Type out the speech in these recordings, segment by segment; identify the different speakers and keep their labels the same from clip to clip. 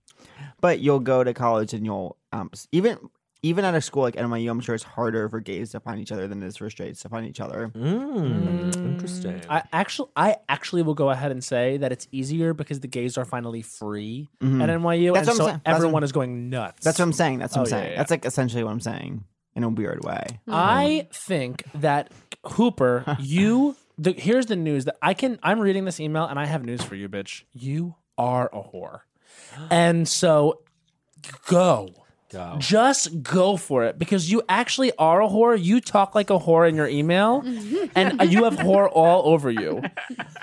Speaker 1: But you'll go to college and you'll um, s- even even at a school like NYU, I'm sure it's harder for gays to find each other than it is for straights to find each other.
Speaker 2: Mm, Interesting.
Speaker 3: I actually, I actually will go ahead and say that it's easier because the gays are finally free at NYU,
Speaker 1: Mm-hmm. That's
Speaker 3: and
Speaker 1: what I'm saying.
Speaker 3: so
Speaker 1: That's what I'm-
Speaker 3: everyone is going nuts.
Speaker 1: That's what I'm saying. That's what I'm
Speaker 3: Oh, yeah,
Speaker 1: saying.
Speaker 3: yeah.
Speaker 1: That's like essentially what I'm saying in a weird way.
Speaker 3: I think that Hooper, you. The, here's the news that I can. I'm reading this email and I have news for you, bitch. You are a whore, and so go.
Speaker 2: Go.
Speaker 3: Just go for it because you actually are a whore. You talk like a whore in your email, and you have whore all over you.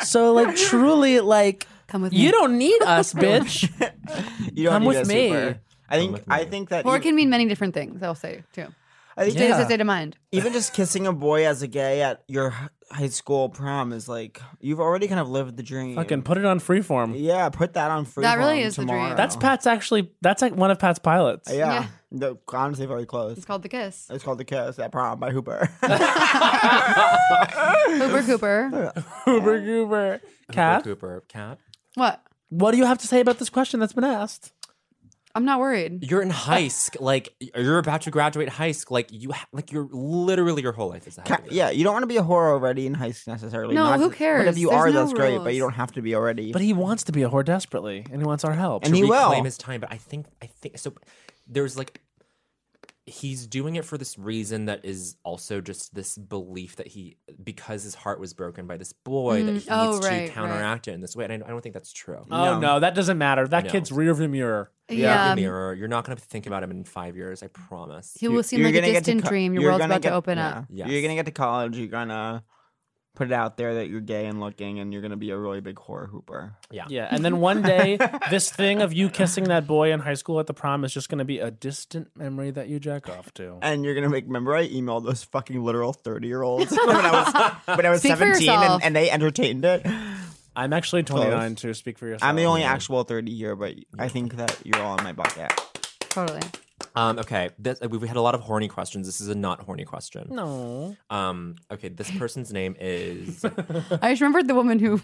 Speaker 3: So, like, truly, like,
Speaker 4: Come with
Speaker 3: you
Speaker 4: me.
Speaker 3: don't need us, bitch.
Speaker 1: You don't
Speaker 3: Come
Speaker 1: need
Speaker 3: with
Speaker 1: us,
Speaker 3: me.
Speaker 1: Hooper. I think
Speaker 2: with
Speaker 1: I
Speaker 2: me.
Speaker 1: think that
Speaker 4: Or
Speaker 1: you-
Speaker 4: it can mean many different things, I'll say too.
Speaker 1: I think
Speaker 3: Yeah.
Speaker 1: that
Speaker 4: It's a state of mind.
Speaker 1: even just kissing a boy as a gay at your h- high school prom is like you've already kind of lived the dream.
Speaker 3: Fucking put it on freeform.
Speaker 1: yeah, put that on free.
Speaker 4: That really is the dream.
Speaker 1: tomorrow.
Speaker 3: That's Pat's actually. That's like one of Pat's pilots.
Speaker 1: Yeah,
Speaker 4: Yeah.
Speaker 1: No, honestly, very close.
Speaker 4: It's called the kiss.
Speaker 1: It's called the kiss at prom by Hooper.
Speaker 4: Hooper Cooper.
Speaker 3: Hooper Goober. Cat,
Speaker 2: Cooper, cat.
Speaker 4: What?
Speaker 3: what do you have to say about this question that's been asked?
Speaker 4: I'm not worried.
Speaker 2: You're in high school, like you're about to graduate high school, like you, ha- like you're literally your whole life is ahead.
Speaker 1: Ca-
Speaker 2: of you.
Speaker 1: yeah, you don't want to be a whore already in high school necessarily.
Speaker 4: No,
Speaker 1: Not-
Speaker 4: who
Speaker 1: But
Speaker 4: cares?
Speaker 1: if you
Speaker 4: There's
Speaker 1: are,
Speaker 4: no
Speaker 1: that's great. But
Speaker 4: rules.
Speaker 1: you don't have to be already.
Speaker 3: But he wants to be a whore desperately, and he wants our help.
Speaker 1: and he
Speaker 2: reclaim
Speaker 1: will.
Speaker 2: his time. But I think I think so. There's like he's doing it for this reason that is also just this belief that he because his heart was broken by this boy that he needs
Speaker 4: oh, right,
Speaker 2: to counteract it in this way. And I, I don't think that's true.
Speaker 3: oh no.
Speaker 1: No.
Speaker 3: that doesn't matter. That
Speaker 2: No.
Speaker 3: kid's rearview mirror.
Speaker 4: Yeah.
Speaker 2: Mirror, you're not gonna think about him in five years. I promise.
Speaker 4: He will seem like a
Speaker 1: gonna get to
Speaker 4: distant
Speaker 1: co-
Speaker 4: dream. Your
Speaker 1: you're
Speaker 4: world's
Speaker 1: gonna
Speaker 4: about
Speaker 1: get-
Speaker 4: to open
Speaker 1: yeah.
Speaker 4: up.
Speaker 2: Yes.
Speaker 1: You're gonna get to college. You're gonna put it out there that you're gay and looking, and you're gonna be a really big whore hooper.
Speaker 3: Yeah, and then one day, this thing of you kissing that boy in high school at the prom is just going to be a distant memory that you jack off to.
Speaker 1: And you're gonna make. Remember, I emailed those fucking literal thirty year olds when I was when I was
Speaker 4: Speak for
Speaker 1: seventeen, and,
Speaker 4: yourself.
Speaker 1: and they entertained it.
Speaker 3: I'm actually 29 to speak for yourself.
Speaker 1: I'm the only actual thirty year, but I think that you're all in my bucket.
Speaker 4: Totally.
Speaker 2: Um, okay, this, we've had a lot of horny questions. This is a not horny question.
Speaker 3: Oh. No.
Speaker 1: Oh,
Speaker 2: Um, okay, this person's name is
Speaker 4: I just remembered the woman who.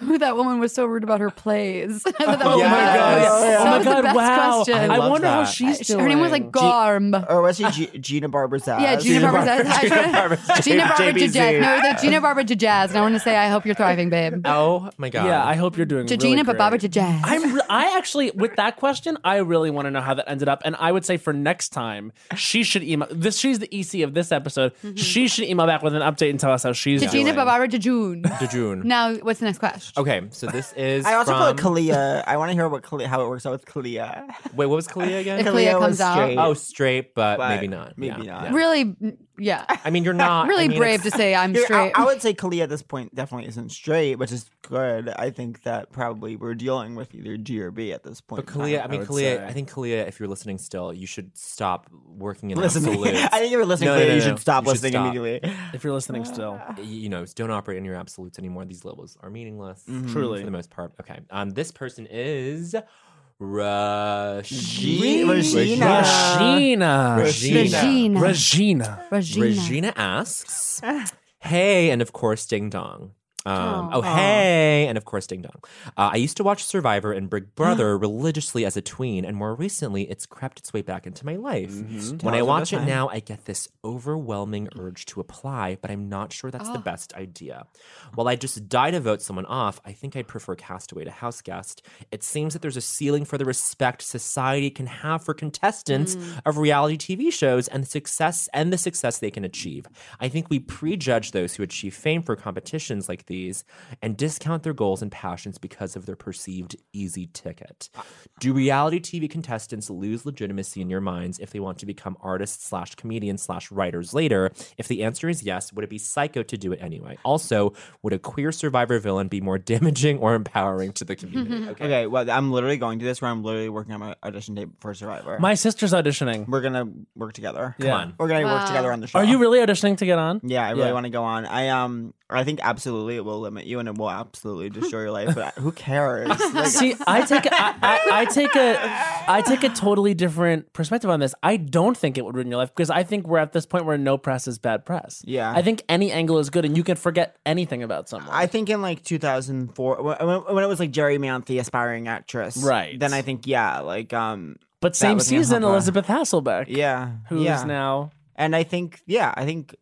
Speaker 4: Who that woman was so rude about her plays. I thought that was
Speaker 1: my
Speaker 4: the best.
Speaker 1: God. Oh,
Speaker 4: That
Speaker 1: yeah. Oh, my
Speaker 4: was the best
Speaker 3: wow.
Speaker 4: question.
Speaker 3: I,
Speaker 2: love
Speaker 3: wonder how
Speaker 2: that.
Speaker 3: she's doing.
Speaker 4: her name was like Garm.
Speaker 1: Or was she Oh, G- Gina Barbazaz?
Speaker 4: Yeah, Gina Barbara
Speaker 1: Barbara-
Speaker 4: Jazz. Gina Barbara
Speaker 1: JBZ.
Speaker 4: Jazz. No, it's like Gina Barbara Jazz. And I want to say, I hope you're thriving, babe.
Speaker 2: Oh my god.
Speaker 3: Yeah, I hope you're doing
Speaker 4: To
Speaker 3: really
Speaker 4: Gina, but
Speaker 3: great.
Speaker 4: Barbara Jazz.
Speaker 3: I'm re- I actually with that question, I really want to know how that ended up, and I would say for next time she should email this. She's the EC of this episode. She should email back with an update and tell us how she's
Speaker 4: To Gina,
Speaker 3: doing.
Speaker 4: but Barbara June.
Speaker 2: June.
Speaker 4: Now, what's the next question?
Speaker 2: Okay, so this is.
Speaker 1: I also
Speaker 2: from,
Speaker 1: put Kalia. I want to hear what Kalia, how it works out with Kalia.
Speaker 2: Wait, what was Kalia again?
Speaker 4: If Kalia
Speaker 1: was
Speaker 4: comes out.
Speaker 1: straight,
Speaker 2: oh, straight, but,
Speaker 1: but
Speaker 2: maybe not.
Speaker 1: Maybe
Speaker 2: Yeah.
Speaker 1: not.
Speaker 4: Really, yeah.
Speaker 2: I mean, you're not I
Speaker 4: Really
Speaker 2: mean,
Speaker 4: brave to
Speaker 2: it's-
Speaker 4: say I'm
Speaker 1: Here, I,
Speaker 4: straight.
Speaker 1: I would say Kalia at this point definitely isn't straight, which is good. I think that probably we're dealing with either G or B at this point.
Speaker 2: But Kalia, I mean,
Speaker 3: would
Speaker 2: Kalia,
Speaker 3: say.
Speaker 2: I think Kalia, if you're listening still, you should stop working in
Speaker 1: listen, to me.
Speaker 2: absolutes.
Speaker 1: I think if you're listening,
Speaker 2: No,
Speaker 1: Kalia,
Speaker 2: no, no,
Speaker 1: you
Speaker 2: no.
Speaker 1: should stop
Speaker 2: You should
Speaker 1: listening
Speaker 2: stop.
Speaker 1: immediately.
Speaker 3: if you're listening still,
Speaker 2: you know, don't operate in your absolutes anymore. These labels are meaningless.
Speaker 3: Truly.
Speaker 2: Mm, For the most part. Okay. Um, this person is Rashina.
Speaker 1: Regina.
Speaker 3: Regina,
Speaker 2: Regina.
Speaker 4: Regina.
Speaker 3: Regina.
Speaker 4: Regina.
Speaker 2: Regina asks, "Hey, and of course, Ding Dong." Um,
Speaker 4: Aw.
Speaker 2: oh, hey, and of course, Ding Dong. Uh, I used to watch Survivor and Big Brother religiously as a tween, and more recently, it's crept its way back into my life. When I
Speaker 1: Now's the
Speaker 2: watch
Speaker 1: best
Speaker 2: it
Speaker 1: time.
Speaker 2: now, I get this overwhelming urge to apply, but I'm not sure that's the best idea. While I just die to vote someone off, I think I'd prefer Castaway to Houseguest. It seems that there's a ceiling for the respect society can have for contestants of reality TV shows and the success and the success they can achieve. I think we prejudge those who achieve fame for competitions like these and discount their goals and passions because of their perceived easy ticket.
Speaker 3: Ah.
Speaker 2: Do reality TV contestants lose legitimacy in your minds if they want to become artists slash comedians slash writers later? If the answer is yes, would it be psycho to do it anyway? Also, would a queer survivor villain be more damaging or empowering to the community? Okay.
Speaker 1: Okay, well, I'm literally going to this where I'm literally working on my audition tape for Survivor.
Speaker 3: My sister's auditioning.
Speaker 1: we're gonna work together.
Speaker 3: Yeah. on.
Speaker 1: We're gonna work
Speaker 4: Wow.
Speaker 1: together on the show.
Speaker 3: Are you really auditioning to get on?
Speaker 1: Yeah, I really
Speaker 3: Yeah.
Speaker 1: want to go on. I um, I think absolutely it will limit you and it will absolutely destroy your life. But who cares? Like,
Speaker 3: See, I take a, I, I, I take a I take a totally different perspective on this. I don't think it would ruin your life because I think we're at this point where no press is bad press.
Speaker 1: Yeah.
Speaker 3: I think any angle is good, and you can forget anything about someone.
Speaker 1: I think in like 2004, when, when when it was like Jerry Mount, the aspiring actress,
Speaker 3: Right.
Speaker 1: Then I think yeah, like um,
Speaker 3: But same
Speaker 1: was gonna
Speaker 3: season,
Speaker 1: help her.
Speaker 3: Elizabeth Hasselbeck,
Speaker 1: Yeah.
Speaker 3: who is
Speaker 1: yeah.
Speaker 3: now
Speaker 1: And I think, yeah, I think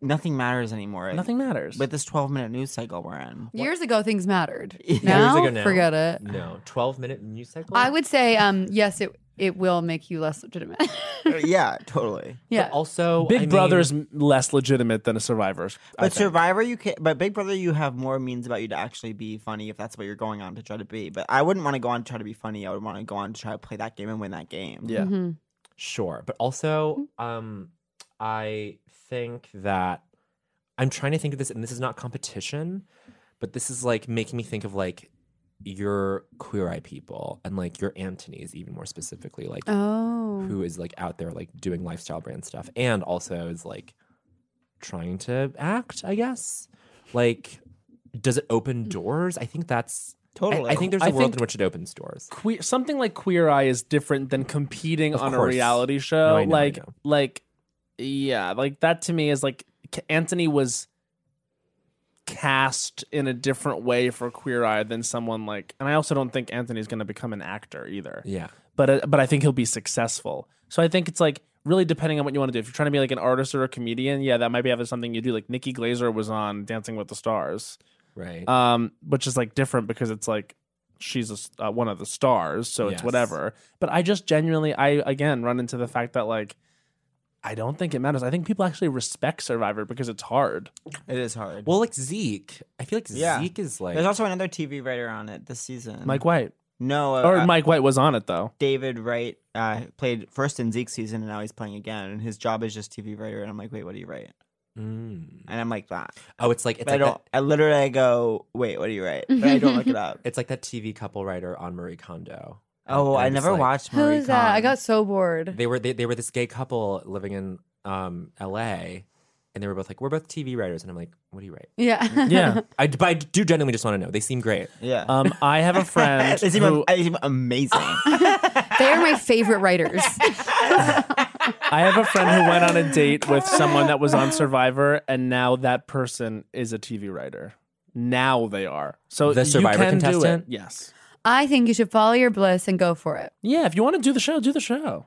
Speaker 1: nothing matters anymore.
Speaker 3: nothing matters.
Speaker 1: With this 12 minute news cycle we're in.
Speaker 4: Years ago, things mattered.
Speaker 1: Years
Speaker 4: Now,
Speaker 2: ago now.
Speaker 4: forget it.
Speaker 2: No, twelve minute news cycle.
Speaker 4: I would say, um, yes, it it will make you less legitimate.
Speaker 1: yeah, totally.
Speaker 4: yeah.
Speaker 2: also
Speaker 3: Big
Speaker 2: I mean-
Speaker 3: Brother is m- less legitimate than a Survivor's. I
Speaker 1: But
Speaker 3: think.
Speaker 1: Survivor, you can. But Big Brother, you have more means about you to actually be funny if that's what you're going on to try to be. But I wouldn't want to go on to try to be funny. I would want to go on to try to play that game and win that game.
Speaker 3: yeah,
Speaker 4: Mhm.
Speaker 2: Sure. But also, um, I think that I'm trying to think of this, and this is not competition, but this is like making me think of like your queer eye people and like your Antony's even more specifically, like
Speaker 4: Oh.
Speaker 2: who is like out there like doing lifestyle brand stuff and also is like trying to act, I guess. Like, does it open doors? I think that's I-
Speaker 1: totally.
Speaker 2: I, think there's a
Speaker 3: I
Speaker 2: world
Speaker 3: think-
Speaker 2: in which it opens doors.
Speaker 3: queer, something like Queer Eye is different than competing
Speaker 2: Of
Speaker 3: on a
Speaker 2: course.
Speaker 3: reality show.
Speaker 2: I know, I
Speaker 3: like,
Speaker 2: know.
Speaker 3: like, yeah, like that to me is like K- Anthony was cast in a different way for Queer Eye than someone like, and I also don't think Anthony's going to become an actor either.
Speaker 2: Yeah.
Speaker 3: but uh, but I think he'll be successful. So I think it's like really depending on what you want to do. If you're trying to be like an artist or a comedian, yeah, that might be having something you do. Like Nikki Glazer was on Dancing with the Stars,
Speaker 2: Right.
Speaker 3: um, which is like different because it's like she's a s uh, one of the stars, so it's
Speaker 2: Yes.
Speaker 3: whatever. But I just genuinely, I again run into the fact that like. I don't think it matters. I think people actually respect Survivor because it's hard.
Speaker 1: it is hard.
Speaker 2: well, like Zeke. I feel like
Speaker 1: Yeah.
Speaker 2: Zeke is like
Speaker 1: there's also another TV writer on it this season.
Speaker 2: Mm.
Speaker 3: Mike White
Speaker 1: no, uh,
Speaker 3: or
Speaker 1: uh,
Speaker 3: Mike White was on it though.
Speaker 1: David Wright uh, played first in Zeke's season, and now he's playing again. And his job is just TV writer. And I'm like, wait, what do you write?
Speaker 2: Mm.
Speaker 1: And I'm like that.
Speaker 2: Oh, it's like it's
Speaker 1: But I
Speaker 2: like,
Speaker 1: don't.
Speaker 2: that,
Speaker 1: I literally I go, wait, what do you write? But I don't look it up.
Speaker 2: it's like that TV couple writer on Marie Kondo. And-
Speaker 1: Oh,
Speaker 2: and
Speaker 1: I
Speaker 2: it's
Speaker 1: never
Speaker 2: like-
Speaker 1: watched.
Speaker 4: Who
Speaker 1: Marie
Speaker 4: is that? I
Speaker 1: Kondo.
Speaker 4: got so bored.
Speaker 2: They were they, they were this gay couple living in um L.A. and they were both like we're both TV writers, and I'm like, what do you write?
Speaker 4: Yeah.
Speaker 3: Yeah.
Speaker 2: I but I do genuinely just want to know. They seem great.
Speaker 1: Yeah.
Speaker 3: Um, I have a friend.
Speaker 1: they seem,
Speaker 3: who-
Speaker 1: am- they seem amazing.
Speaker 4: they are my favorite writers.
Speaker 3: I have a friend who went on a date with someone that was on Survivor, and now that person is a TV writer. Now they are. So
Speaker 2: The
Speaker 3: you
Speaker 2: Survivor
Speaker 3: can do it.
Speaker 2: contestant?
Speaker 3: Yes.
Speaker 4: I think you should follow your bliss and go for it.
Speaker 3: Yeah. If you want to do the show, do the show.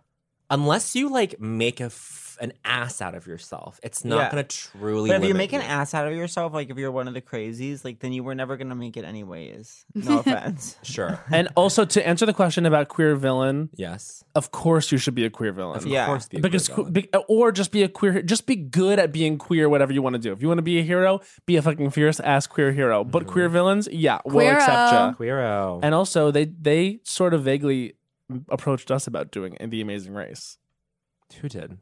Speaker 2: Unless you like make a f- an ass out of yourself, it's not
Speaker 1: Yeah.
Speaker 2: gonna truly.
Speaker 1: But if you
Speaker 2: limit
Speaker 1: make an ass out of yourself, like if you're one of the crazies, like then you were never gonna make it anyways. No offense.
Speaker 2: sure.
Speaker 3: And also to answer the question about queer villain,
Speaker 2: Yes.
Speaker 3: of course you should be a queer villain.
Speaker 2: Of
Speaker 1: Yeah.
Speaker 2: course. Be a
Speaker 3: Because
Speaker 2: queer
Speaker 3: que-
Speaker 2: villain.
Speaker 3: be- or just be a queer, just be good at being queer, whatever you want to do. If you want to be a hero, be a fucking fierce ass queer hero. But
Speaker 2: Mm-hmm.
Speaker 3: queer villains, yeah, we'll accept
Speaker 4: Queero.
Speaker 2: uh,
Speaker 3: you.
Speaker 2: queero.
Speaker 3: And also, they they sort of vaguely approached us about doing the Amazing Race.
Speaker 2: who did?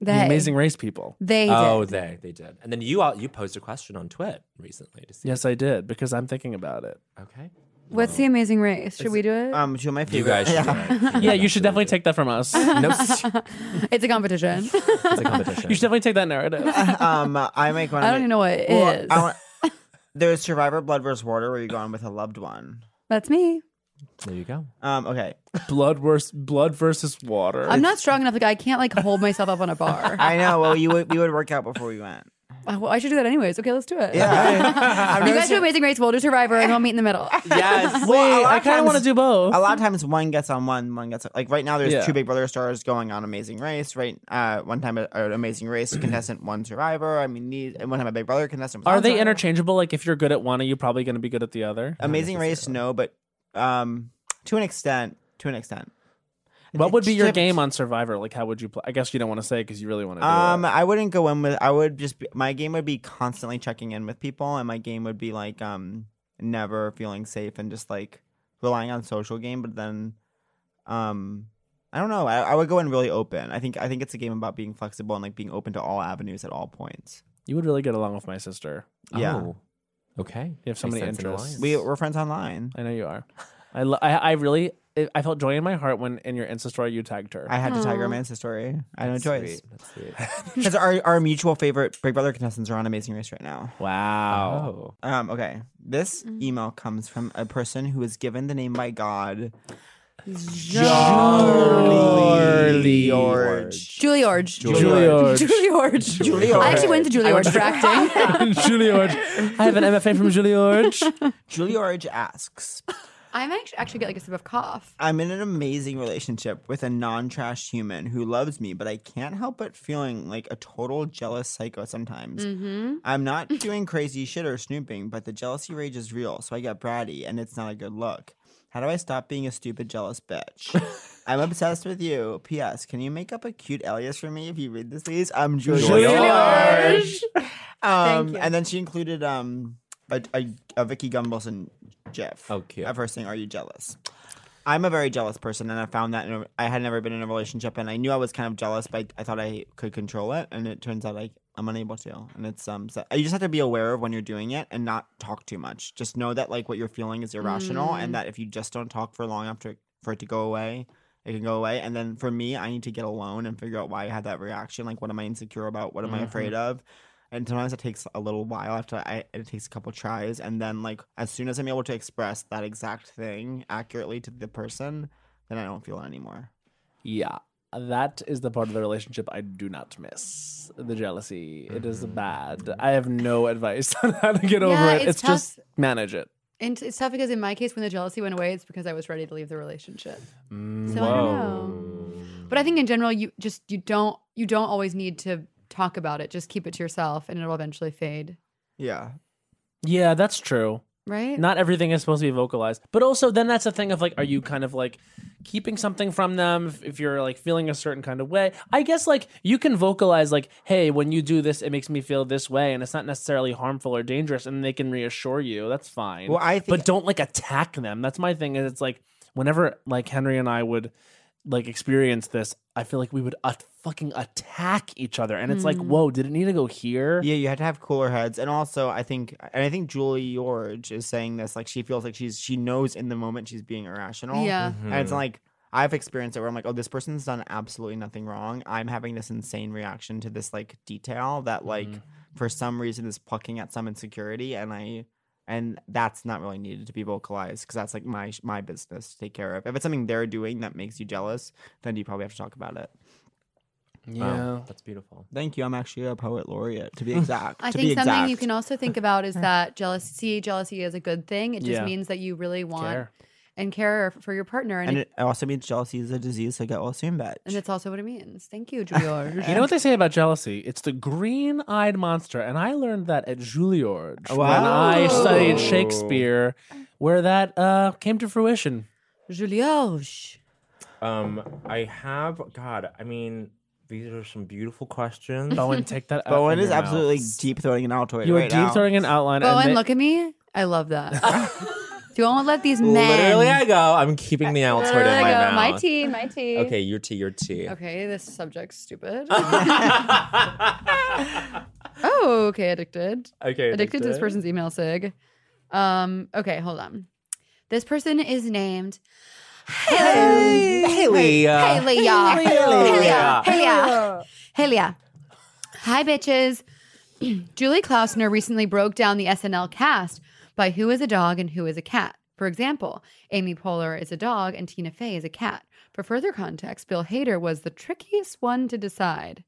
Speaker 4: They,
Speaker 3: The Amazing Race people.
Speaker 4: They
Speaker 2: oh,
Speaker 4: did.
Speaker 2: they they did. And then you all you posed a question on Twitter recently to see.
Speaker 3: Yes, I did because I'm thinking about it.
Speaker 2: Okay.
Speaker 4: What's the Amazing Race? Should we do it?
Speaker 1: Um, two of my favorite.
Speaker 2: You guys. should
Speaker 1: Yeah.
Speaker 2: do it.
Speaker 3: Yeah, you should
Speaker 2: absolutely
Speaker 3: definitely
Speaker 2: do
Speaker 3: take that from us.
Speaker 2: it.
Speaker 3: you
Speaker 2: No, it's
Speaker 4: it's a competition.
Speaker 2: a competition.
Speaker 3: should definitely take that narrative.
Speaker 1: um, I make one.
Speaker 4: I don't
Speaker 1: of my-
Speaker 4: even know what it is.
Speaker 1: Well, I want- there's Survivor Blood vs. Water where you go on with a loved one.
Speaker 4: That's me.
Speaker 2: there you go.
Speaker 1: Um, okay.
Speaker 3: blood versus blood versus water.
Speaker 4: I'm not strong enough. Like I can't like hold myself up on a bar. I,
Speaker 1: I know. Well, you would we would work out before we went.
Speaker 4: well, I should do that anyways. Okay, let's do it.
Speaker 1: Yeah. I've
Speaker 4: you
Speaker 1: never
Speaker 4: guys do
Speaker 1: seen-
Speaker 4: Amazing Race. We'll do Survivor, and we'll meet in the middle.
Speaker 3: Yes,
Speaker 1: Well, a lot
Speaker 3: I
Speaker 1: of
Speaker 3: kind of
Speaker 1: times-
Speaker 3: want to do both.
Speaker 1: a lot of times one gets on one, one gets like right now. There's
Speaker 3: Yeah.
Speaker 1: two Big Brother stars going on Amazing Race. Right, uh, one time a- an Amazing Race contestant, one Survivor. I mean, these, and one time a Big Brother contestant. was
Speaker 3: Are
Speaker 1: on
Speaker 3: they
Speaker 1: Survivor.
Speaker 3: interchangeable? Like, if you're good at one, are you probably going to be good at the other?
Speaker 1: Amazing Race? No, but um, to an extent, to an extent.
Speaker 3: What would be your
Speaker 1: Except-
Speaker 3: game on Survivor? Like, how would you play? I guess you don't want to say because you really want to.
Speaker 1: Um,
Speaker 3: do it.
Speaker 1: I wouldn't go in with. I would just. Be, my game would be constantly checking in with people, and my game would be like um never feeling safe and just like relying on social game. But then, um, I don't know. I, I would go in really open. I think. I think it's a game about being flexible and like being open to all avenues at all points.
Speaker 3: you would really get along with my sister.
Speaker 1: Yeah,
Speaker 2: Oh, okay.
Speaker 3: You have so
Speaker 2: Makes
Speaker 3: many
Speaker 2: sense in
Speaker 3: interests.
Speaker 2: alliance.
Speaker 1: we we're friends online.
Speaker 3: I know you are. I lo- I, I really I- I felt joy in my heart when in your Insta story you tagged her.
Speaker 1: I had to tag
Speaker 4: Aw.
Speaker 1: her man's story. I had no choice
Speaker 2: Sweet, That's sweet.
Speaker 1: because our our mutual favorite Big Brother contestants are on Amazing Race right now.
Speaker 3: wow.
Speaker 2: Oh.
Speaker 1: Um, okay. This email comes from a person who was given the name by God.
Speaker 3: Jorly.
Speaker 1: George.
Speaker 4: Julie Orge.
Speaker 3: Julie Orge.
Speaker 4: Julie Orge.
Speaker 1: Julie
Speaker 4: I actually went to Julie
Speaker 1: I
Speaker 4: Orge
Speaker 1: went
Speaker 4: for acting.
Speaker 3: Julie Orge. I have an MFA from Julie Orge.
Speaker 1: Julie Orge asks
Speaker 4: I might actu- actually get like a sip of cough.
Speaker 1: I'm in an amazing relationship with a non-trash human who loves me, but I can't help but feeling like a total jealous psycho sometimes.
Speaker 4: Mm-hmm.
Speaker 1: I'm not doing crazy shit or snooping, but the jealousy rage is real, so I get bratty and it's not a good look. How do I stop being a stupid jealous bitch? I'm obsessed with you. P.S. Can you make up a cute alias for me if you read this, please? I'm Julia.
Speaker 3: George.
Speaker 1: Um,
Speaker 4: you.
Speaker 1: And then she included um, a, a, a Vicky Gumbelson GIF
Speaker 2: Oh, cute.
Speaker 1: of her saying, "Are you jealous?" I'm a very jealous person, and I found that in a, I had never been in a relationship, and I knew I was kind of jealous, but I thought I could control it, and it turns out like I'm unable to, and it's um, so, you just have to be aware of when you're doing it and not talk too much. Just know that like what you're feeling is irrational, and that if you just don't talk for long after for it to go away, it can go away. And then for me, I need to get alone and figure out why I had that reaction. Like, what am I insecure about? What am
Speaker 2: Mm-hmm.
Speaker 1: I afraid of? And sometimes it takes a little while after I, it takes a couple tries. And then, like, as soon as I'm able to express that exact thing accurately to the person, then I don't feel it anymore.
Speaker 3: Yeah. That is the part of the relationship I do not miss. The jealousy. It is bad. I have no advice on how to get over
Speaker 4: Yeah,
Speaker 3: it.
Speaker 4: it's
Speaker 3: It's,
Speaker 4: tough.
Speaker 3: just manage it.
Speaker 4: And it's tough because in my case, when the jealousy went away, it's because I was ready to leave the relationship.
Speaker 2: Mm,
Speaker 4: So I
Speaker 2: whoa.
Speaker 4: don't know. But I think in general, you just you don't you don't always need to talk about it. Just keep it to yourself, and it'll eventually fade.
Speaker 1: Yeah.
Speaker 3: Yeah, that's true.
Speaker 4: Right?
Speaker 3: Not everything is supposed to be vocalized. But also then that's a thing of like, are you kind of like keeping something from them if, if you're like feeling a certain kind of way? I guess like you can vocalize like, hey, when you do this, it makes me feel this way, and it's not necessarily harmful or dangerous, and they can reassure you. That's fine.
Speaker 1: Well, I think.
Speaker 3: but don't like attack them. That's my thing. Is it's like whenever like Henry and I would like experience this, I feel like we would uh, fucking attack each other, and it's like, whoa, did it need to go here?
Speaker 1: Hmm. Yeah, you have to have cooler heads. And also, I think, and I think Julie George is saying this, like, she feels like she's, she knows in the moment she's being irrational.
Speaker 4: Yeah.
Speaker 1: And it's like, I've experienced it where I'm like, oh, this person's done absolutely nothing wrong. I'm having this insane reaction to this, like, detail that, like, for some reason is plucking at some insecurity. And I, and that's not really needed to be vocalized because that's like my my business to take care of. If it's something they're doing that makes you jealous, then you probably have to talk about it.
Speaker 2: Wow,
Speaker 3: Oh,
Speaker 2: that's beautiful.
Speaker 1: Thank you. I'm actually a poet laureate, to be exact.
Speaker 4: I
Speaker 1: to
Speaker 4: think
Speaker 1: be
Speaker 4: something you
Speaker 1: exact.
Speaker 4: can also think about is that jealousy jealousy is a good thing. It just
Speaker 3: Yeah.
Speaker 4: means that you really want
Speaker 3: Care.
Speaker 4: and care for your partner, and,
Speaker 1: And
Speaker 4: it-
Speaker 1: it also means jealousy is a disease, so get well soon, bitch.
Speaker 4: and that's also what it means. Thank you, George.
Speaker 3: You know what they say about jealousy? It's the green-eyed monster, and I learned that at Juilliard when I
Speaker 1: Wow.
Speaker 3: studied Shakespeare, where that uh, came to fruition.
Speaker 4: George.
Speaker 2: Um, I have God. I mean, these are some beautiful questions.
Speaker 3: Bowen, take that. out
Speaker 1: Bowen
Speaker 3: in
Speaker 1: is
Speaker 3: your mouth.
Speaker 1: absolutely deep throwing an altoid
Speaker 3: You are
Speaker 1: right now.
Speaker 3: deep throwing an outline.
Speaker 4: Bowen,
Speaker 3: and ma-
Speaker 4: Oh, look at me. I love that. Don't let these men.
Speaker 2: Literally, I go. I'm keeping the altoid in
Speaker 4: Literally
Speaker 2: my
Speaker 4: I go,
Speaker 2: mouth.
Speaker 4: My tea, my tea.
Speaker 2: Okay, your tea, your tea.
Speaker 4: Okay, this subject's stupid. oh, okay, addicted.
Speaker 2: Okay,
Speaker 4: Addicted to this person's email sig. Um, okay, hold on. This person is named
Speaker 2: Hey, Haley. uh,
Speaker 4: Helia.
Speaker 2: Helia.
Speaker 4: Helia. Helia. Helia. Hi, bitches. Julie Klausner recently broke down the SNL cast by who is a dog and who is a cat. For example, Amy Poehler is a dog and Tina Fey is a cat. For further context, Bill Hader was the trickiest one to decide.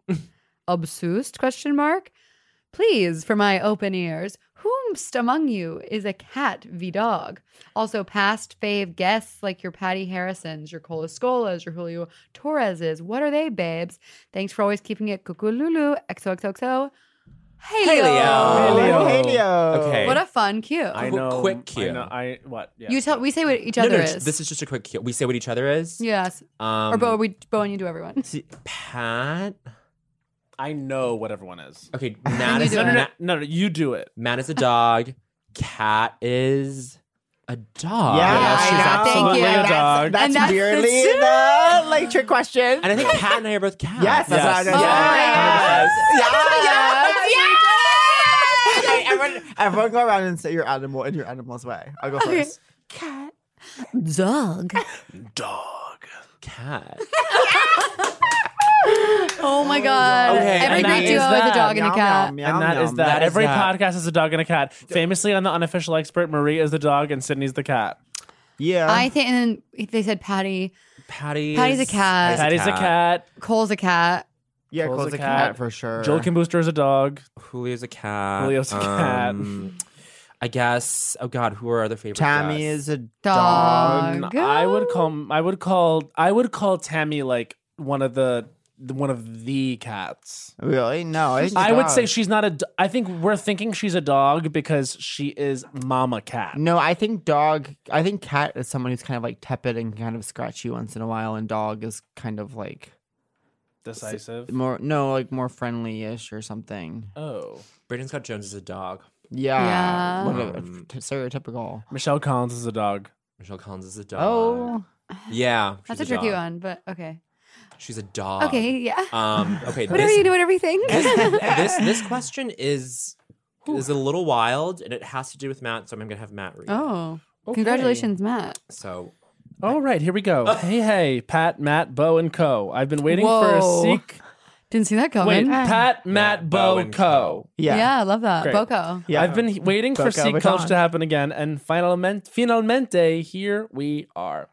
Speaker 4: Obsust? Question mark. Please, for my open ears, whomst among you is a cat v dog? Also, past fave guests like your Patty Harrisons, your Cola Scolas, your Julio Torreses. What are they, babes? Thanks for always keeping it cuckoo XOXOXO. Hey,
Speaker 2: Hey,
Speaker 4: Leo.
Speaker 2: Leo.
Speaker 1: Oh,
Speaker 3: Hey,
Speaker 1: Leo.
Speaker 2: Okay.
Speaker 4: What a fun cue.
Speaker 3: I
Speaker 2: Qu-
Speaker 3: know.
Speaker 2: quick
Speaker 3: I
Speaker 2: cue.
Speaker 3: know. I what? Yeah.
Speaker 4: You tell we say what each
Speaker 2: No,
Speaker 4: other
Speaker 2: no,
Speaker 4: is.
Speaker 2: this is just a quick cue. We say what each other is.
Speaker 4: yes.
Speaker 2: Um,
Speaker 4: or Bo, we Bo and you do everyone.
Speaker 2: Pat.
Speaker 3: I know what everyone is.
Speaker 2: Okay, Matt
Speaker 4: You
Speaker 2: is
Speaker 4: do it.
Speaker 3: No, no,
Speaker 2: Matt,
Speaker 3: no, no, you do it.
Speaker 2: Matt is a dog. Cat is a dog.
Speaker 1: Yeah,
Speaker 4: Yeah,
Speaker 1: I
Speaker 4: she's
Speaker 1: know.
Speaker 4: absolutely Thank you. a
Speaker 1: That's-
Speaker 3: dog.
Speaker 1: That's,
Speaker 4: And that's the
Speaker 1: weirdly
Speaker 4: suit.
Speaker 1: the, like trick question.
Speaker 2: And I think Pat and I are both cats.
Speaker 1: yes, that's
Speaker 3: Yes.
Speaker 1: what I was
Speaker 4: Oh
Speaker 1: yes.
Speaker 4: my
Speaker 1: yes.
Speaker 4: Yes, we did it!
Speaker 1: Everyone, everyone go around and say your animal in your animal's way. I'll go
Speaker 4: Okay.
Speaker 1: first.
Speaker 4: Dog.
Speaker 3: Dog.
Speaker 2: Cat.
Speaker 4: Oh my god.
Speaker 2: Okay,
Speaker 4: Every
Speaker 2: and that
Speaker 4: great duo
Speaker 2: is
Speaker 4: is a
Speaker 3: that.
Speaker 4: dog and a cat.
Speaker 3: and that is that.
Speaker 2: That is
Speaker 3: Every
Speaker 2: that.
Speaker 3: podcast is a dog and a cat. Famously, on the unofficial expert, Marie is the dog and Sydney's the cat.
Speaker 1: Yeah.
Speaker 4: I think, and then they said Patty.
Speaker 2: Patty.
Speaker 4: Patty's a cat.
Speaker 3: Patty's a cat.
Speaker 4: Cole's a cat.
Speaker 1: yeah,
Speaker 3: Cole's
Speaker 1: Cole's
Speaker 3: a
Speaker 1: a cat
Speaker 3: cat.
Speaker 1: for sure.
Speaker 3: Joel Kim Booster is a dog.
Speaker 2: Julio's a cat.
Speaker 3: Julio's a cat.
Speaker 2: Um, I guess. Oh God, who are other favorite?
Speaker 1: Tammy
Speaker 2: guests?
Speaker 1: is a
Speaker 4: Dog.
Speaker 3: Um, I would call. I would call. I would call Tammy like one of the one of the cats.
Speaker 1: Really? No, it's a
Speaker 3: I would
Speaker 1: dog.
Speaker 3: say she's not a. d- I think we're thinking she's a dog because she is mama cat.
Speaker 1: No, I think dog. I think cat is someone who's kind of like tepid and kind of scratchy once in a while, and dog is kind of like
Speaker 3: Decisive.
Speaker 1: more no, like more friendly-ish or something.
Speaker 3: Oh,
Speaker 2: Brandon Scott Jones is a dog.
Speaker 1: Yeah,
Speaker 4: Yeah.
Speaker 1: What a-
Speaker 2: Um,
Speaker 1: t- stereotypical.
Speaker 3: Michelle Collins is a dog.
Speaker 2: Michelle Collins is a dog.
Speaker 1: Oh,
Speaker 2: yeah,
Speaker 4: That's a
Speaker 2: she's
Speaker 4: tricky
Speaker 2: dog.
Speaker 4: one, but okay.
Speaker 2: She's a dog.
Speaker 4: okay, yeah.
Speaker 2: Um. Okay.
Speaker 4: whatever
Speaker 2: this,
Speaker 4: you do, whatever you think.
Speaker 2: this this question is is a little wild, and it has to do with Matt. So I'm gonna have Matt read. it.
Speaker 4: oh, congratulations, Matt.
Speaker 2: So
Speaker 3: All right, here we go. hey, hey, Pat, Matt, Bo, and Co. I've been waiting
Speaker 4: Whoa.
Speaker 3: for a seek.
Speaker 4: Didn't see that
Speaker 3: Wait,
Speaker 4: coming.
Speaker 3: Pat, Matt, Bo,
Speaker 2: Bo,
Speaker 3: and
Speaker 2: and
Speaker 3: Co.
Speaker 4: yeah.
Speaker 1: yeah,
Speaker 4: I love that.
Speaker 3: Great.
Speaker 4: Boko.
Speaker 1: yeah.
Speaker 3: I've been he- waiting for
Speaker 1: Boca
Speaker 3: Sea Coach
Speaker 1: Raton.
Speaker 3: to happen again, and finalmente, finalmente, here we are.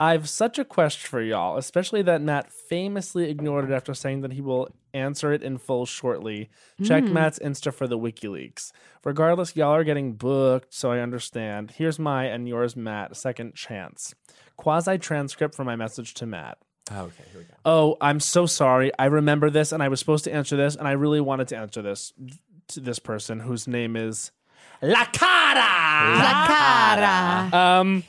Speaker 3: I've such a quest for y'all, especially that Matt famously ignored it after saying that he will answer it in full shortly. Check Matt's Insta for the WikiLeaks. Regardless, y'all are getting booked, so I understand. Here's my and yours, Matt, second chance. Quasi transcript for my message to Matt.
Speaker 2: oh, okay, here we go.
Speaker 3: Oh, I'm so sorry. I remember this and I was supposed to answer this and I really wanted to answer this to this person whose name is La Cara.
Speaker 4: La cara.
Speaker 3: Um,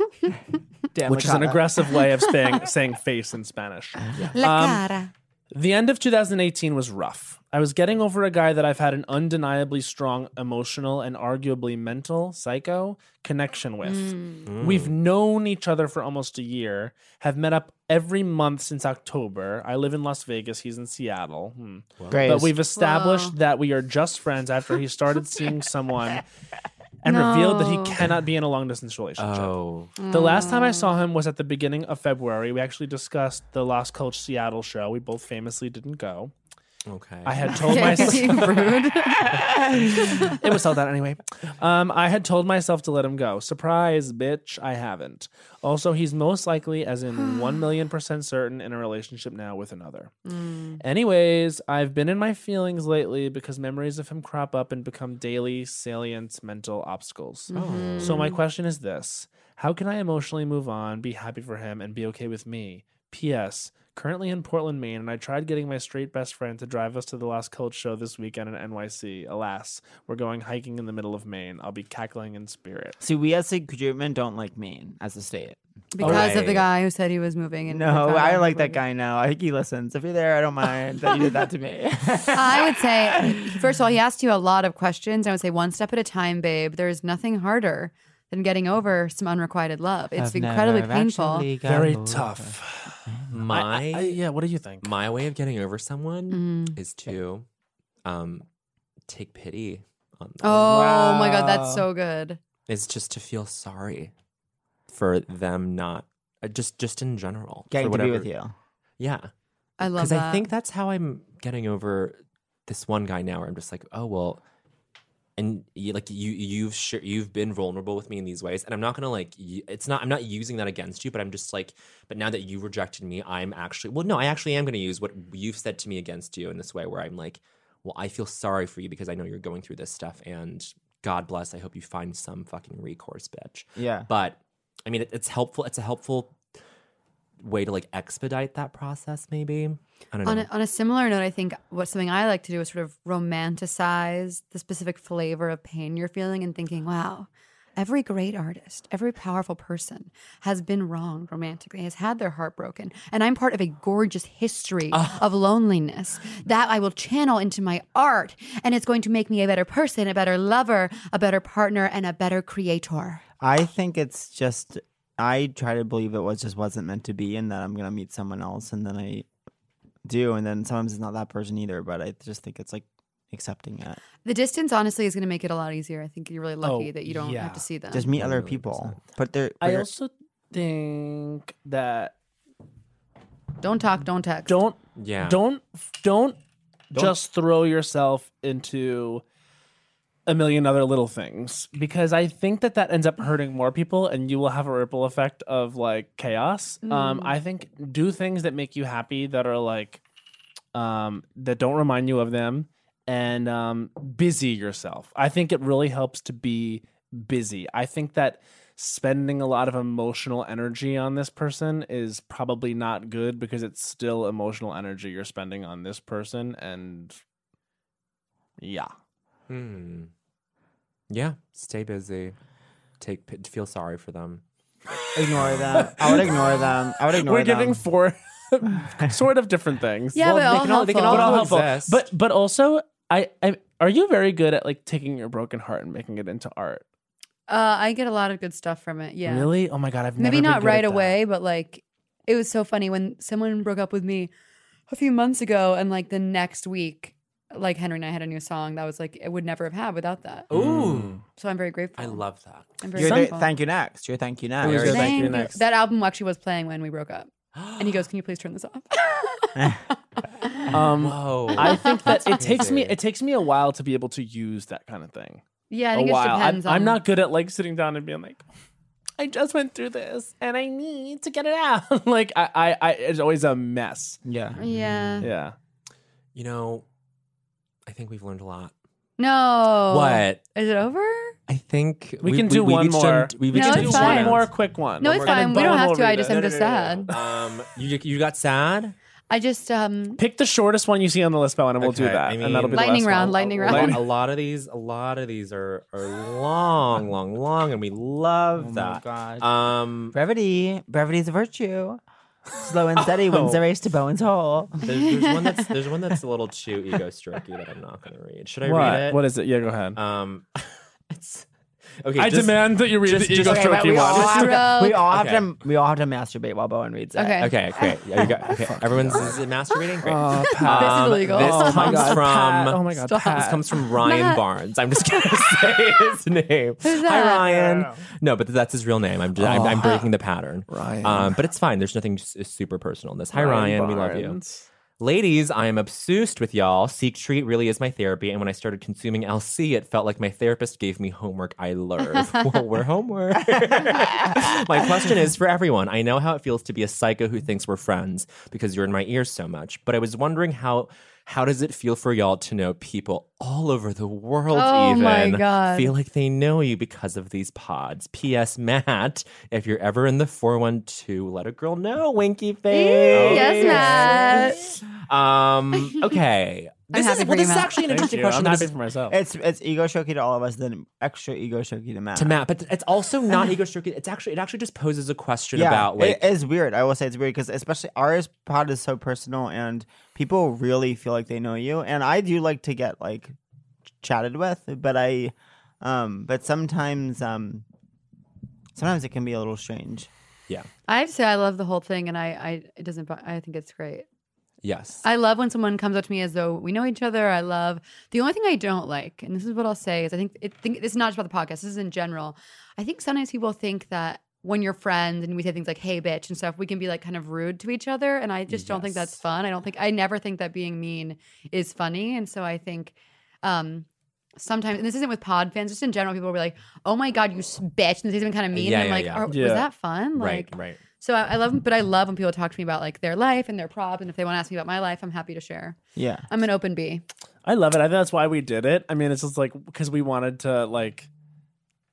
Speaker 1: Damn,
Speaker 3: which is an
Speaker 1: Ricotta.
Speaker 3: aggressive way of saying, saying face in Spanish.
Speaker 4: La
Speaker 3: Um,
Speaker 4: cara.
Speaker 3: The end of 2018 was rough. I was getting over a guy that I've had an undeniably strong emotional and arguably mental psycho connection with. We've known each other for almost a year, have met up every month since October. I live in Las Vegas, he's in Seattle. Hmm.
Speaker 1: Grace.
Speaker 3: But we've established
Speaker 4: Whoa.
Speaker 3: that we are just friends after he started seeing someone and revealed that
Speaker 4: No.
Speaker 3: he cannot be in a long distance relationship.
Speaker 2: Oh,
Speaker 3: The last time I saw him was at the beginning of February. We actually discussed the Lost Coach Seattle show. We both famously didn't go.
Speaker 2: okay.
Speaker 3: I had told
Speaker 4: Okay,
Speaker 3: myself
Speaker 4: rude.
Speaker 3: it was sold out anyway. Um, I had told myself to let him go. Surprise, bitch, I haven't. Also, he's most likely, as in 1 million percent certain, in a relationship now with another. Anyways, I've been in my feelings lately because memories of him crop up and become daily, salient mental obstacles. So,
Speaker 2: Mm-hmm.
Speaker 3: my question is this How can I emotionally move on, be happy for him, and be okay with me? P.S. Currently in Portland, Maine, and I tried getting my straight best friend to drive us to the Last Cult show this weekend in NYC. Alas, we're going hiking in the middle of Maine. I'll be cackling in spirit.
Speaker 1: See, we as a group don't like Maine as a state.
Speaker 4: Because of the
Speaker 2: Right.
Speaker 4: guy who said he was moving. And
Speaker 1: No,
Speaker 4: found
Speaker 1: I
Speaker 4: out
Speaker 1: like
Speaker 4: he
Speaker 1: that
Speaker 4: was
Speaker 1: guy now. I think he listens. If you're there, I don't mind that you did that to me.
Speaker 4: I would say, first of all, he asked you a lot of questions. I would say, one step at a time, babe. There is nothing harder than getting over some unrequited love. It's incredibly painful.
Speaker 3: Very tough.
Speaker 2: my
Speaker 3: I- yeah, what do you think?
Speaker 2: my way of getting over someone
Speaker 4: Mm.
Speaker 2: is to um take pity on them.
Speaker 4: Oh my God, that's
Speaker 1: Wow.
Speaker 4: so good.
Speaker 2: It's just to feel sorry for them not uh, just just in general. for
Speaker 1: Getting to be
Speaker 2: whatever-
Speaker 1: with you.
Speaker 2: Yeah.
Speaker 4: I love
Speaker 2: Because
Speaker 4: that.
Speaker 2: I think that's how I'm getting over this one guy now. Where I'm just like, oh well, and you, like you you've sh- you've been vulnerable with me in these ways, and I'm not gonna like y- it's not I'm not using that against you, but I'm just like, but now that you rejected me, I'm actually well, no, I actually am gonna use what you've said to me against you in this way, where I'm like, well, I feel sorry for you because I know you're going through this stuff, and God bless, I hope you find some fucking recourse, bitch
Speaker 1: Yeah.
Speaker 2: but i mean it, it's helpful it's a helpful way to like expedite that process maybe i don't know
Speaker 4: on a, on a similar note, I think what something I like to do is sort of romanticize the specific flavor of pain you're feeling and thinking, wow, every great artist, every powerful person has been wronged romantically, has had their heart broken. And I'm part of a gorgeous history
Speaker 3: Ah.
Speaker 4: of loneliness that I will channel into my art. And it's going to make me a better person, a better lover, a better partner, and a better creator.
Speaker 1: I think it's just I try to believe it was just wasn't meant to be, and that I'm gonna meet someone else, and then I do, and then sometimes it's not that person either. But I just think it's like accepting it.
Speaker 4: The distance, honestly, is going to make it a lot easier. I think you're really lucky
Speaker 3: Oh,
Speaker 4: that you don't
Speaker 3: yeah.
Speaker 4: have to see them.
Speaker 1: Just meet other
Speaker 2: 100%.
Speaker 1: people, but they're.
Speaker 3: I
Speaker 1: but-
Speaker 3: also think that
Speaker 4: don't talk, don't text.
Speaker 3: don't
Speaker 2: yeah
Speaker 3: don't don't just throw yourself into a million other little things because I think that that ends up hurting more people and you will have a ripple effect of like chaos. Um, I think do things that make you happy that are like um, that don't remind you of them and um, busy yourself. I think it really helps to be busy. I think that spending a lot of emotional energy on this person is probably not good because it's still emotional energy you're spending on this person and yeah.
Speaker 2: Hmm. Yeah, stay busy. Take p- feel sorry for them.
Speaker 1: Ignore them. I would ignore them. I would ignore
Speaker 3: We're
Speaker 1: them.
Speaker 3: giving four sort of different things.
Speaker 4: Yeah, but
Speaker 2: they
Speaker 4: all
Speaker 2: can all- they can
Speaker 4: helpful.
Speaker 3: but all
Speaker 2: all
Speaker 3: helpful.
Speaker 2: exist.
Speaker 3: But but also I I are you very good at like taking your broken heart and making it into art?
Speaker 4: Uh, I get a lot of good stuff from it. Yeah.
Speaker 3: Really? Oh my god, I've
Speaker 4: Maybe
Speaker 3: never been
Speaker 4: not
Speaker 3: good
Speaker 4: right
Speaker 3: at that.
Speaker 4: away, but like it was so funny when someone broke up with me a few months ago, and like the next week, like Henry and I had a new song that was like it would never have had without that.
Speaker 3: Mm.
Speaker 2: Ooh,
Speaker 4: So I'm very grateful.
Speaker 2: I love that.
Speaker 4: I'm very
Speaker 1: You're the,
Speaker 4: grateful.
Speaker 1: thank you next. You're thank you next.
Speaker 2: Who's your
Speaker 4: Thank
Speaker 2: Thank you
Speaker 4: you.
Speaker 2: next.
Speaker 4: That album actually was playing when we broke up, and he goes, "Can you please turn this off?"
Speaker 3: Um
Speaker 2: Whoa,
Speaker 4: "Mm."
Speaker 3: I think that it
Speaker 2: That's
Speaker 3: takes me
Speaker 2: crazy.
Speaker 3: it takes me a while to be able to use that kind of thing.
Speaker 4: yeah, I
Speaker 3: A
Speaker 4: think it just
Speaker 3: while. I'm,
Speaker 4: depends. on
Speaker 3: Oh, I'm not good at like sitting down and being like, I just went through this and I need to get it out. like I, I, I, it's always a mess.
Speaker 1: Yeah.
Speaker 4: Yeah.
Speaker 3: Yeah.
Speaker 2: you know, I think we've learned a lot.
Speaker 4: No.
Speaker 2: What?
Speaker 4: is it over?
Speaker 2: I think
Speaker 3: We can do one
Speaker 2: each done-
Speaker 3: more.
Speaker 2: we've
Speaker 4: No,
Speaker 2: each
Speaker 4: it's
Speaker 2: done
Speaker 3: do
Speaker 2: two
Speaker 4: fine.
Speaker 3: one
Speaker 2: rounds.
Speaker 3: more quick one.
Speaker 4: No, it's
Speaker 3: And then
Speaker 4: fine. We don't
Speaker 3: Dawn
Speaker 4: have
Speaker 3: will
Speaker 4: to. I
Speaker 3: read
Speaker 4: just
Speaker 3: it.
Speaker 4: am just sad.
Speaker 2: Um, you you got sad.
Speaker 4: I just um
Speaker 3: Pick the shortest one you see on the list, Bowen, and we'll do
Speaker 2: Okay,
Speaker 3: that.
Speaker 2: I
Speaker 3: and that'll be
Speaker 2: mean-
Speaker 3: the
Speaker 4: Lightning
Speaker 3: last
Speaker 4: round,
Speaker 3: one.
Speaker 4: lightning
Speaker 3: A-
Speaker 4: round.
Speaker 2: Like, a lot of these, a lot of these are are long, long, long, and we love
Speaker 1: Oh my
Speaker 2: that.
Speaker 1: God.
Speaker 2: Um,
Speaker 1: Brevity. Brevity is a virtue. Slow and steady wins the race to Bowen's hole.
Speaker 2: there's, there's one that's there's one that's a little too ego strokey that I'm not going to read. Should I
Speaker 3: What?
Speaker 2: read it?
Speaker 3: What is it? Yeah, go ahead.
Speaker 2: Um, it's okay.
Speaker 3: Uh, I
Speaker 2: just-
Speaker 3: demand that you read
Speaker 2: just-
Speaker 3: the
Speaker 2: just-
Speaker 3: ego
Speaker 2: Okay,
Speaker 1: but we
Speaker 3: stroking
Speaker 1: all
Speaker 3: one.
Speaker 1: have to, we all have
Speaker 2: Okay.
Speaker 1: to we all have to masturbate while Bowen reads it.
Speaker 4: Okay.
Speaker 2: Okay, great. Yeah, you got, okay. Everyone's is it masturbating. Great.
Speaker 3: Oh, Pat.
Speaker 4: This is
Speaker 2: Um,
Speaker 4: illegal.
Speaker 2: This
Speaker 3: Oh my
Speaker 2: comes
Speaker 3: God,
Speaker 2: from
Speaker 3: Pat. Oh my god.
Speaker 4: Stop.
Speaker 3: Pat.
Speaker 2: This comes from Ryan
Speaker 4: Matt.
Speaker 2: Barnes. I'm just gonna say his name. Hi,
Speaker 4: that?
Speaker 2: Ryan. No, but that's his real name. I'm just, I'm, I'm
Speaker 3: Oh.
Speaker 2: breaking the pattern.
Speaker 3: Ryan.
Speaker 2: Um, but it's fine. There's nothing s- super personal in this. Hi, Ryan. We love you.
Speaker 3: Barnes.
Speaker 2: Ladies, I am obsessed with y'all. Seek Treat really is my therapy, and when I started consuming LC, it felt like my therapist gave me homework I learned. well, we're homework. my question is for everyone. I know how it feels to be a psycho who thinks we're friends because you're in my ears so much, but I was wondering how how does it feel for y'all to know people all over the world
Speaker 4: Oh
Speaker 2: even
Speaker 4: my God.
Speaker 2: feel like they know you because of these pods? P.S. Matt, if you're ever in the 412, let a girl know, winky face.
Speaker 4: yes, Matt.
Speaker 2: Um. Okay. This
Speaker 4: happy
Speaker 2: is
Speaker 4: for
Speaker 2: well.
Speaker 4: you,
Speaker 2: This is
Speaker 4: Matt.
Speaker 2: actually an
Speaker 3: Thank
Speaker 2: interesting
Speaker 3: you. I'm
Speaker 2: question. but
Speaker 3: happy
Speaker 2: it's-
Speaker 3: for myself.
Speaker 1: It's it's ego shoky to all of us, then extra ego shoky to Matt.
Speaker 2: To Matt, but it's also not ego stroking. It's actually it actually just poses a question about like
Speaker 1: it is weird. I will say it's weird because especially ours pod is so personal and people really feel like they know you. And I do like to get like chatted with, but I, um, but sometimes, um, sometimes it can be a little strange.
Speaker 2: yeah,
Speaker 4: I have to say, I love the whole thing, and I, I it doesn't. bo- I think it's great.
Speaker 2: yes.
Speaker 4: I love when someone comes up to me as though we know each other. I love the only thing I don't like, and this is what I'll say is I think it think it's not just about the podcast. This is in general. I think sometimes people think that when you're friends and we say things like "hey bitch" and stuff, we can be like kind of rude to each other, and I just don't think that's
Speaker 2: Yes.
Speaker 4: fun. I don't think I never think that being mean is funny, and so I think. um Sometimes, and this isn't with pod fans, just in general, people will be like, oh my God, you s- bitch. And they even kind of mean.
Speaker 2: Yeah,
Speaker 4: and I'm
Speaker 2: yeah,
Speaker 4: like,
Speaker 2: yeah.
Speaker 4: "Are- was
Speaker 3: Yeah.
Speaker 4: that fun?
Speaker 2: right.
Speaker 4: Like,
Speaker 2: Right.
Speaker 4: so I, I love, but I love when people talk to me about like their life and their props, and if they want to ask me about my life, I'm happy to share.
Speaker 1: Yeah.
Speaker 4: I'm an open B.
Speaker 3: I love it. I think that's why we did it. I mean, it's just like because we wanted to like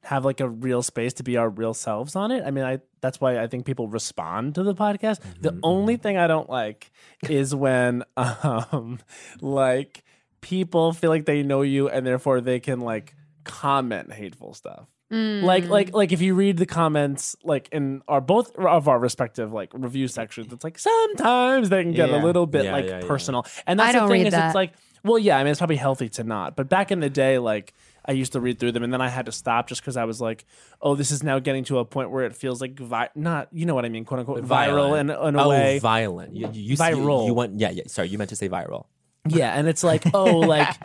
Speaker 3: have like a real space to be our real selves on it. I mean, I that's why I think people respond to the podcast.
Speaker 2: Mm-hmm,
Speaker 3: The only thing I don't like is when um like people feel like they know you and therefore they can like comment hateful stuff. Like like like if you read the comments like in our both of our respective like review sections, it's like sometimes they can get
Speaker 1: Yeah.
Speaker 3: a little bit
Speaker 2: Yeah,
Speaker 3: like
Speaker 2: yeah, yeah.
Speaker 3: personal. And that's
Speaker 4: I don't
Speaker 3: the thing
Speaker 4: read
Speaker 3: is
Speaker 4: that.
Speaker 3: it's like well, yeah, I mean, it's probably healthy to not. But back in the day, like, I used to read through them and then I had to stop just because I was like, oh, this is now getting to a point where it feels like, vi- not, you know what I mean, quote unquote, viral in, in a
Speaker 2: oh,
Speaker 3: way.
Speaker 2: violent. You, you, you,
Speaker 3: Viral.
Speaker 2: You, you want? Yeah. Yeah. Sorry, you meant to say viral.
Speaker 3: yeah. And it's like, oh, like,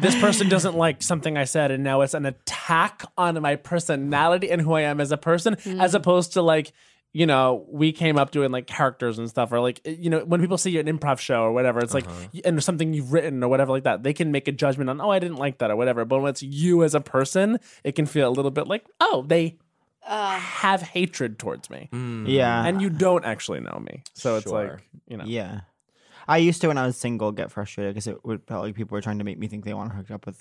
Speaker 3: this person doesn't like something I said. And now it's an attack on my personality and who I am as a person,
Speaker 4: Mm.
Speaker 3: as opposed to like, you know, we came up doing like characters and stuff, or like, eh, you know, when people see an improv show or whatever, it's
Speaker 4: Uh-huh.
Speaker 3: like, and something you've written or whatever like that, they can make a judgment on, oh, I didn't like that or whatever. But when it's you as a person, it can feel a little bit like, oh, they have hatred towards me.
Speaker 4: Mm.
Speaker 1: Yeah.
Speaker 3: And you don't actually know me. So it's
Speaker 2: Sure.
Speaker 3: like, you know.
Speaker 1: yeah. I used to, when I was single, get frustrated because it would felt like people were trying to make me think they want to hook up with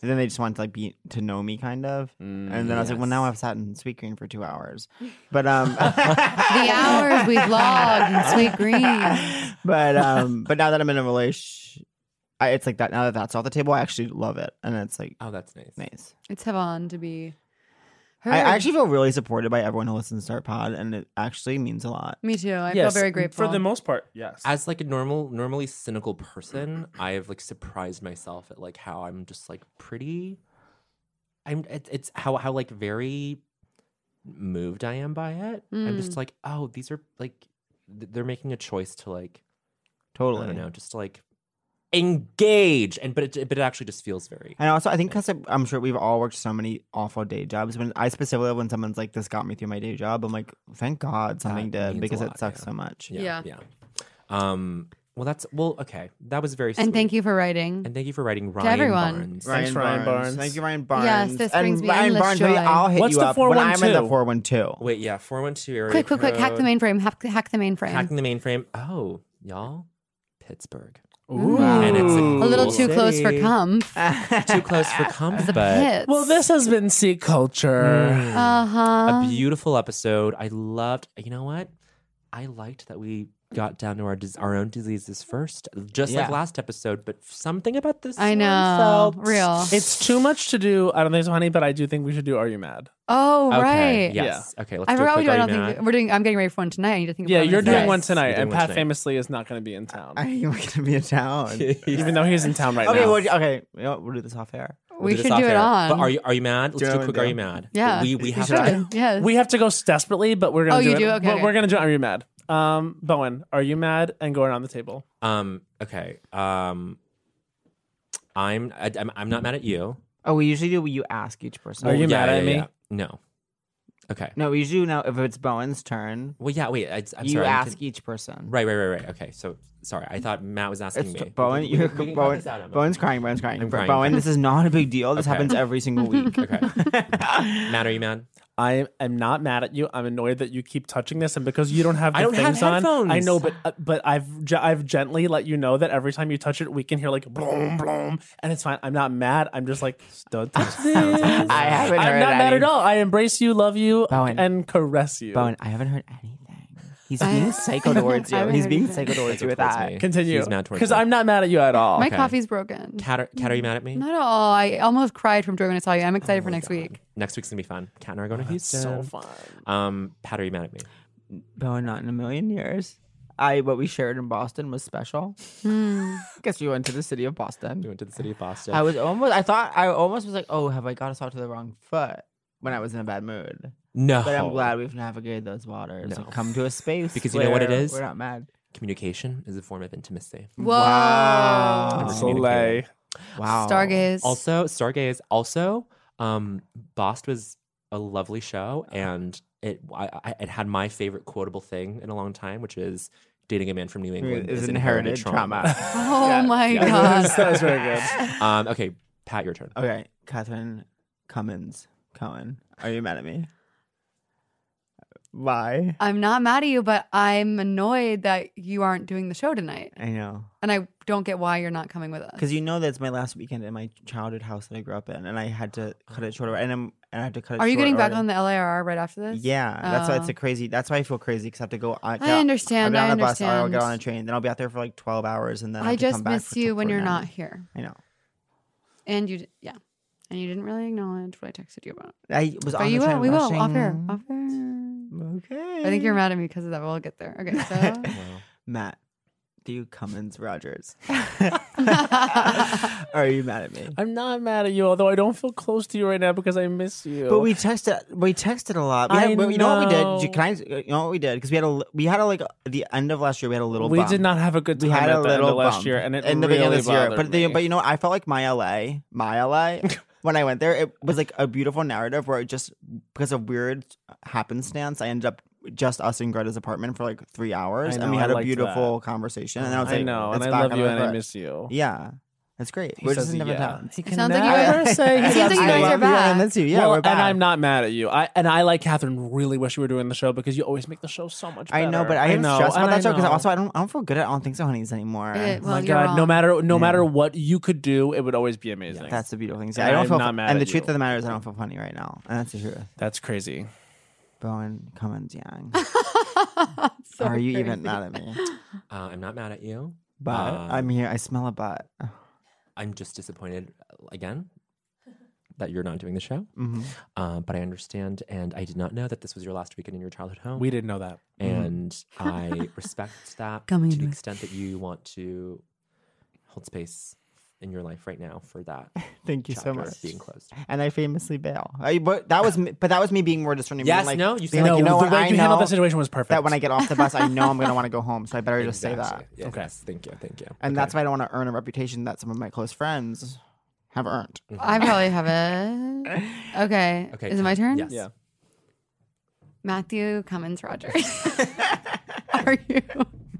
Speaker 1: So then they just wanted to like be to know me kind of. and then I was like, well, now I've sat in sweet green for two hours. But um
Speaker 4: The hours we've logged in sweet green.
Speaker 1: but um but now that I'm in a relationship I, it's like that now that that's off the table, I actually love it. And it's like
Speaker 2: Oh, that's nice.
Speaker 1: nice.
Speaker 4: It's Heaven to be heard.
Speaker 1: I actually feel really supported by everyone who listens to our pod and it actually means a lot.
Speaker 4: Me too. I feel very grateful.
Speaker 3: For the most part, yes.
Speaker 2: As like a normal, normally cynical person, I have like surprised myself at like how I'm just like pretty. I'm it, it's how how like very moved I am by it. I'm
Speaker 4: Mm.
Speaker 2: just like, oh, these are like th- they're making a choice to like I
Speaker 1: Totally.
Speaker 2: don't know, just to, like engage, and but it, but it actually just feels very.
Speaker 1: And also, I think because I'm sure we've all worked so many awful day jobs. When I specifically, when someone's like, "This got me through my day job," I'm like, "Thank God something
Speaker 2: That means a
Speaker 1: did," because
Speaker 2: lot,
Speaker 1: it sucks
Speaker 2: yeah.
Speaker 1: so much.
Speaker 2: yeah, yeah. Um. Well, that's well. Okay, that was very.
Speaker 4: and
Speaker 2: sweet.
Speaker 4: thank you for writing.
Speaker 2: And thank you for writing Ryan
Speaker 4: everyone.
Speaker 2: Barnes.
Speaker 3: Thanks, Ryan Barnes.
Speaker 1: Thank you, Ryan Barnes.
Speaker 4: Yes, this
Speaker 1: and
Speaker 4: brings me
Speaker 1: Ryan
Speaker 4: endless
Speaker 1: Barnes. maybe
Speaker 4: joy.
Speaker 1: I'll hit
Speaker 3: What's
Speaker 1: you
Speaker 3: the
Speaker 1: up when I'm in the
Speaker 3: 412?
Speaker 1: four one two.
Speaker 2: Wait, yeah, four one two area.
Speaker 4: Quick, quick, quick! Hack the
Speaker 2: code.
Speaker 4: mainframe. Hack, hack the mainframe.
Speaker 2: Hacking the mainframe. Oh, y'all, Pittsburgh.
Speaker 3: Ooh.
Speaker 2: And it's a
Speaker 4: a little
Speaker 2: cool
Speaker 4: too close for
Speaker 2: city.
Speaker 4: cum.
Speaker 2: Too close for comfort. but
Speaker 4: Hits.
Speaker 3: well, this has been C
Speaker 2: Mm.
Speaker 3: Culture.
Speaker 4: Uh
Speaker 2: a
Speaker 4: huh.
Speaker 2: beautiful episode. I loved. You know what? I liked that we got down to our dis- our own diseases first, just like
Speaker 1: Yeah.
Speaker 2: last episode. But something about this,
Speaker 4: I
Speaker 2: one
Speaker 4: know.
Speaker 2: felt-
Speaker 4: Real.
Speaker 3: It's too much to do. I don't think so, honey, but I do think we should do Are You Mad?
Speaker 4: Oh
Speaker 2: Okay,
Speaker 4: right.
Speaker 2: Yes. Okay. Let's
Speaker 4: I
Speaker 2: do a
Speaker 4: forgot we
Speaker 2: quick
Speaker 4: do. I
Speaker 2: Are You
Speaker 4: don't think
Speaker 2: Mad?
Speaker 4: we're doing. I'm getting ready for one tonight. I need to think. About
Speaker 3: Yeah,
Speaker 4: one
Speaker 3: you're
Speaker 4: that's
Speaker 3: doing
Speaker 4: nice.
Speaker 3: one tonight,
Speaker 2: You're doing
Speaker 3: and
Speaker 2: one
Speaker 3: Pat
Speaker 2: tonight.
Speaker 3: famously is not going to be in town,
Speaker 1: Are you gonna be in town? okay,
Speaker 3: even though he's in town right now.
Speaker 1: well, okay, you know what, we'll do this off air.
Speaker 4: We
Speaker 2: We'll this
Speaker 4: should
Speaker 2: off
Speaker 4: do it
Speaker 2: air.
Speaker 4: on.
Speaker 2: But are you are you mad? Let's
Speaker 1: Do
Speaker 2: do,
Speaker 1: it
Speaker 2: a
Speaker 1: on
Speaker 2: quick.
Speaker 1: the
Speaker 2: Are
Speaker 1: go.
Speaker 2: you mad?
Speaker 4: Yeah.
Speaker 2: We we have
Speaker 1: should.
Speaker 2: to.
Speaker 4: Yes.
Speaker 3: We have to go desperately, but we're gonna.
Speaker 4: Oh,
Speaker 3: do
Speaker 4: you
Speaker 3: it.
Speaker 4: do? Okay,
Speaker 3: But
Speaker 4: okay.
Speaker 3: We're gonna do Are You Mad? Um, Bowen, are you mad? And go around the table.
Speaker 2: Um. Okay. Um. I'm I, I'm I'm not mad at you.
Speaker 1: Oh, we usually do. You ask each person.
Speaker 3: Are you
Speaker 2: yeah,
Speaker 3: mad
Speaker 2: yeah,
Speaker 3: at me?
Speaker 2: yeah. No. Okay.
Speaker 1: No, we usually do now. If it's Bowen's turn,
Speaker 2: Well, yeah. Wait. I, I'm
Speaker 1: you
Speaker 2: sorry. I'm
Speaker 1: ask
Speaker 2: con-
Speaker 1: each person.
Speaker 2: Right. Right. Right. Right. Okay. So sorry. I thought Matt was asking
Speaker 1: It's
Speaker 2: me.
Speaker 1: Bowen.
Speaker 2: We- we-
Speaker 1: You're
Speaker 2: we can cut
Speaker 1: Bowen.
Speaker 2: this out, Emma.
Speaker 1: Bowen's crying. Bowen's crying.
Speaker 2: I'm
Speaker 1: Bo-
Speaker 2: crying.
Speaker 1: Bowen, this is not a big deal. This
Speaker 2: Okay.
Speaker 1: happens every single week.
Speaker 2: Okay. Matt, are you mad?
Speaker 3: I am not mad at you. I'm annoyed that you keep touching this, and because you don't have the
Speaker 2: I don't have
Speaker 3: things on,
Speaker 2: headphones.
Speaker 3: I know. But uh, but I've ge- I've gently let you know that every time you touch it, we can hear like bloom bloom, and it's fine. I'm not mad. I'm just like don't touch this.
Speaker 1: I
Speaker 3: I'm
Speaker 1: haven't heard
Speaker 3: not mad
Speaker 1: any-
Speaker 3: at all. I embrace you, love you,
Speaker 1: Bowen.
Speaker 3: and caress you.
Speaker 1: Bowen, I haven't heard anything. He's being psycho towards
Speaker 4: I
Speaker 1: you.
Speaker 4: haven't
Speaker 1: He's
Speaker 4: heard
Speaker 1: being
Speaker 4: anything.
Speaker 1: psycho towards you with
Speaker 2: Towards
Speaker 1: that.
Speaker 2: me.
Speaker 3: Continue,
Speaker 2: She's mad towards
Speaker 3: because
Speaker 2: me.
Speaker 3: I'm not mad at you at all.
Speaker 4: My
Speaker 2: Okay.
Speaker 4: coffee's broken.
Speaker 2: Cat, are, Cat, are you mad at me?
Speaker 4: Not at all. I almost cried from joy when I saw you. I'm
Speaker 1: Oh
Speaker 4: excited for next week.
Speaker 2: Next week's gonna be fun. Cat and I are going to Houston.
Speaker 3: so fun.
Speaker 2: Um, Pat, are you mad at me?
Speaker 1: Bowen, not in a million years. I what we shared in Boston was special.
Speaker 4: Hmm.
Speaker 1: Guess we went to the city of Boston.
Speaker 2: We went to the city of Boston.
Speaker 1: I was almost. I thought I almost was like, oh, have I got us off to the wrong foot when I was in a bad mood?
Speaker 2: no,
Speaker 1: But I'm glad we've navigated those waters. and
Speaker 2: Oh. No.
Speaker 1: come to a space
Speaker 2: Because you know what it
Speaker 1: where
Speaker 2: is?
Speaker 1: We're not mad.
Speaker 2: communication is a form of intimacy.
Speaker 4: Whoa.
Speaker 1: Wow.
Speaker 3: Soleil.
Speaker 1: Wow.
Speaker 4: Stargaze.
Speaker 2: Also, Stargaze. Also, um, Bost was a lovely show,
Speaker 1: Uh-huh.
Speaker 2: and it I, I, it had my favorite quotable thing in a long time, which is dating a man from New England
Speaker 1: Is inherited trauma.
Speaker 4: oh my
Speaker 3: That was-
Speaker 4: god.
Speaker 3: that was very good.
Speaker 2: um, okay, Pat, your turn.
Speaker 1: Okay, Catherine Cummins. Cohen, are you mad at me? Why?
Speaker 4: I'm not mad at you, but I'm annoyed that you aren't doing the show tonight.
Speaker 1: I know.
Speaker 4: And I don't get why you're not coming with us.
Speaker 1: Because you know that's my last weekend in my childhood house that I grew up in, and I had to cut it short. And I'm and I had to cut it.
Speaker 4: Are you
Speaker 1: short
Speaker 4: getting back on
Speaker 1: already.
Speaker 4: the LARR right after this?
Speaker 1: Yeah, that's why it's
Speaker 4: Oh.
Speaker 1: a crazy. That's why I feel crazy because I have to go. I,
Speaker 4: I understand,
Speaker 1: I'll be on
Speaker 4: I
Speaker 1: a bus, or I'll get
Speaker 4: understand.
Speaker 1: on a train, then I'll be out there for like twelve hours, and then I'll
Speaker 4: I
Speaker 1: have to
Speaker 4: just
Speaker 1: come back
Speaker 4: miss
Speaker 1: for
Speaker 4: you when
Speaker 1: 12
Speaker 4: you're not
Speaker 1: hours.
Speaker 4: here.
Speaker 1: I know.
Speaker 4: And you, d- yeah. And you didn't really acknowledge what I texted you about.
Speaker 1: I was
Speaker 4: But
Speaker 1: on
Speaker 4: you
Speaker 1: the
Speaker 4: will. We
Speaker 1: train
Speaker 4: will. Off air.
Speaker 1: rushing.
Speaker 4: Off air.
Speaker 1: Okay.
Speaker 4: I think you're mad at me because of that, but we'll get there. Okay, so
Speaker 1: Matt. Do you Cummins Rogers? Are you mad at me?
Speaker 3: I'm not mad at you, although I don't feel close to you right now because I miss you.
Speaker 1: But we texted. We texted a lot. We
Speaker 3: I
Speaker 1: had, but you know, what we did?
Speaker 3: know.
Speaker 1: You- Can I? You know what we did? Because we had a. li- We had a like the end of last year. We had a little.
Speaker 3: We
Speaker 1: bump.
Speaker 3: did not have a good time
Speaker 1: We had
Speaker 3: at
Speaker 1: a
Speaker 3: the end
Speaker 1: little
Speaker 3: of last
Speaker 1: bump
Speaker 3: year, and it
Speaker 1: in the
Speaker 3: really
Speaker 1: beginning of this year.
Speaker 3: bothered
Speaker 1: But the,
Speaker 3: me.
Speaker 1: but you know, I felt like my LA, my LA. when I went there, it was like a beautiful narrative where it just because of weird happenstance, I ended up just us in Greta's apartment for like three hours,
Speaker 3: I
Speaker 1: and
Speaker 3: know,
Speaker 1: we
Speaker 3: I
Speaker 1: had a
Speaker 3: liked
Speaker 1: beautiful conversation. And I was
Speaker 3: I
Speaker 1: like,
Speaker 3: know,
Speaker 1: "It's
Speaker 3: and I
Speaker 1: back
Speaker 3: love
Speaker 1: on
Speaker 3: you,
Speaker 1: my
Speaker 3: and I
Speaker 1: foot."
Speaker 3: miss you.
Speaker 1: Yeah, That's great.
Speaker 3: He
Speaker 1: We're
Speaker 3: says
Speaker 1: just in different
Speaker 3: yeah.
Speaker 1: towns.
Speaker 3: He can
Speaker 4: sounds like you
Speaker 3: never
Speaker 4: guys-
Speaker 3: say he
Speaker 4: It seems like you
Speaker 3: loves me.
Speaker 4: guys
Speaker 1: I
Speaker 4: are
Speaker 1: love you,
Speaker 4: back.
Speaker 1: and that's you. Yeah,
Speaker 3: well,
Speaker 1: we're back.
Speaker 3: and I'm not mad at you. I and I like Catherine. Really wish you were doing the show because you always make the show so much.
Speaker 1: I
Speaker 3: better.
Speaker 1: know, but I, am
Speaker 3: know,
Speaker 1: stressed about
Speaker 3: and
Speaker 1: that show because
Speaker 3: know.
Speaker 1: also I don't I don't feel good at all things so honeys anymore.
Speaker 4: Eh, well,
Speaker 3: my
Speaker 4: you're
Speaker 3: God, no
Speaker 4: wrong.
Speaker 3: matter no
Speaker 1: Yeah.
Speaker 3: matter what you could do, it would always be amazing.
Speaker 1: That's the beautiful thing. So
Speaker 3: And
Speaker 1: I don't
Speaker 3: I'm
Speaker 1: feel
Speaker 3: not mad
Speaker 1: and
Speaker 3: at
Speaker 1: the truth
Speaker 3: you.
Speaker 1: of the matter is I don't feel funny right now. And that's the truth.
Speaker 3: That's crazy.
Speaker 1: Bowen Cummins Young.
Speaker 4: So
Speaker 1: Are you
Speaker 4: crazy.
Speaker 1: even mad at me?
Speaker 2: Uh, I'm not mad at you.
Speaker 1: But
Speaker 2: Um,
Speaker 1: I'm here. I smell a butt.
Speaker 2: I'm just disappointed uh, again that you're not doing the show.
Speaker 1: Mhm.
Speaker 2: Uh, but I understand, and I did not know that this was your last weekend in your childhood home.
Speaker 3: We didn't know that.
Speaker 2: and I respect that
Speaker 4: Come
Speaker 2: to
Speaker 4: in
Speaker 2: the
Speaker 4: with-
Speaker 2: extent that you want to hold space in your life right now for that
Speaker 1: Thank you
Speaker 2: chapter
Speaker 1: so much.
Speaker 2: of being closed.
Speaker 1: And I famously bail. I, but that was me, but that was me being more discerning. being
Speaker 2: Yes,
Speaker 1: like,
Speaker 2: no, you
Speaker 1: being
Speaker 2: said
Speaker 1: like,
Speaker 2: no,
Speaker 1: you know
Speaker 3: the
Speaker 1: what?
Speaker 3: way
Speaker 1: I
Speaker 3: you handled
Speaker 1: know
Speaker 3: that situation was perfect.
Speaker 1: that when I get off the bus, I know I'm gonna want to go home, so I better just say that.
Speaker 2: Exactly.
Speaker 3: Okay.
Speaker 2: Yes, thank you, thank you.
Speaker 1: And
Speaker 2: Okay.
Speaker 1: that's why I don't want to earn a reputation that some of my close friends have earned.
Speaker 4: I probably have it. Okay.
Speaker 2: Okay,
Speaker 4: Is it my
Speaker 2: Kat,
Speaker 4: turn?
Speaker 2: yes.
Speaker 3: Yeah.
Speaker 4: Matthew Cummins Rogers. Are you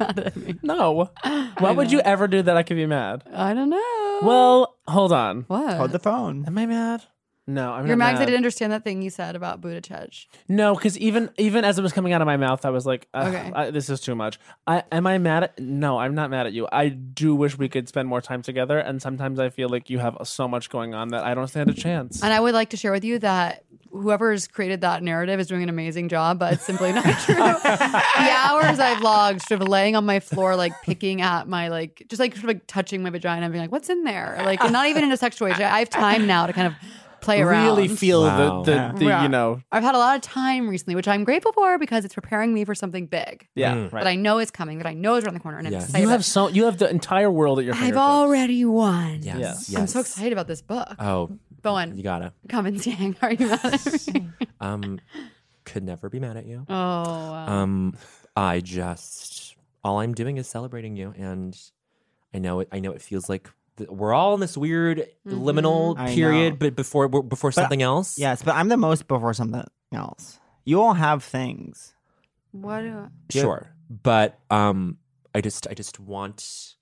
Speaker 4: mad at me?
Speaker 3: No. Why would you ever do that? I could be mad.
Speaker 4: I don't know.
Speaker 3: Well, hold on.
Speaker 4: what?
Speaker 1: Hold the phone.
Speaker 3: Am I mad? No, I'm
Speaker 4: You're
Speaker 3: not
Speaker 4: mad 'cause I didn't understand that thing you said about Buttigieg.
Speaker 3: No, because even even as it was coming out of my mouth, I was like, "Ugh,
Speaker 4: Okay.
Speaker 3: I, "This is too much." I am I mad at? No, I'm not mad at you. I do wish we could spend more time together, and sometimes I feel like you have so much going on that I don't stand a chance.
Speaker 4: And I would like to share with you that whoever's created that narrative is doing an amazing job, but it's simply not true. the hours I've logged sort of laying on my floor, like picking at my like just like sort of like touching my vagina and being like, what's in there? Like and not even in a sexual way. I have time now to kind of play around.
Speaker 3: really feel
Speaker 2: Wow.
Speaker 3: the
Speaker 1: Yeah.
Speaker 3: the, the
Speaker 4: Yeah.
Speaker 3: you know
Speaker 4: I've had a lot of time recently, which I'm grateful for because it's preparing me for something big
Speaker 3: yeah
Speaker 2: Mm.
Speaker 3: right.
Speaker 4: that I know is coming, that I know is around the corner, and I'm
Speaker 2: Yes.
Speaker 4: excited.
Speaker 3: you have so you have the entire world at your
Speaker 4: I've
Speaker 3: fingertips.
Speaker 4: already won.
Speaker 2: Yes,
Speaker 3: Yes. Uh,
Speaker 2: yes.
Speaker 4: I'm so excited about this book.
Speaker 2: Oh,
Speaker 4: Bowen,
Speaker 2: you gotta.
Speaker 4: Cummins Yang, are you mad at me?
Speaker 2: Um, could never be mad at you.
Speaker 4: Oh, wow.
Speaker 3: Uh,
Speaker 2: Um, I just all I'm doing is celebrating you, and I know it. I know it feels like th- we're all in this weird liminal
Speaker 1: I know.
Speaker 2: period, but before we're- before something else.
Speaker 1: Yes, but I'm the most before something else. You all have things.
Speaker 4: what do I-
Speaker 2: sure. But um, I just I just want.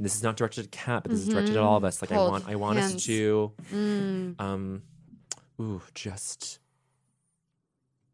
Speaker 2: This is not directed at Kat, but this is directed at all of us. Like I
Speaker 4: Mm-hmm. Hold
Speaker 2: want I want us
Speaker 4: hands.
Speaker 2: to
Speaker 4: Mm.
Speaker 2: um, ooh, just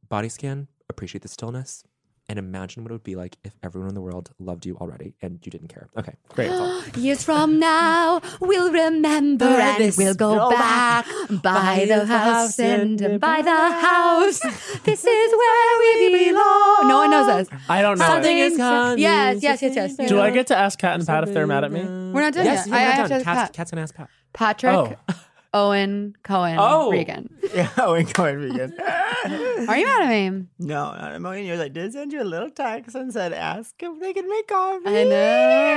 Speaker 2: body scan, appreciate the stillness. And imagine what it would be like if everyone in the world loved you already and you didn't care. Okay, great. That's all.
Speaker 4: Years from now, we'll remember and we'll go back. Buy the house and buy the house. This is where we belong. No one knows this.
Speaker 3: I don't know.
Speaker 4: Something
Speaker 3: it.
Speaker 4: is coming. Yes, yes, yes, yes.
Speaker 3: Do I get to ask Kat and Pat if they're mad at me?
Speaker 4: We're not done
Speaker 2: Yes,
Speaker 4: yet.
Speaker 2: we're
Speaker 4: I, I
Speaker 2: not
Speaker 4: have to
Speaker 2: done.
Speaker 4: ask
Speaker 2: Kat's,
Speaker 4: Pat.
Speaker 2: Kat's gonna ask Pat.
Speaker 4: Patrick, Owen, Cohen,
Speaker 2: Oh.
Speaker 4: Regan.
Speaker 1: Yeah, we're going vegan.
Speaker 4: Are you mad at me?
Speaker 1: no, not in a million years. I did send you a little text and said, ask if they can make coffee.
Speaker 4: I know.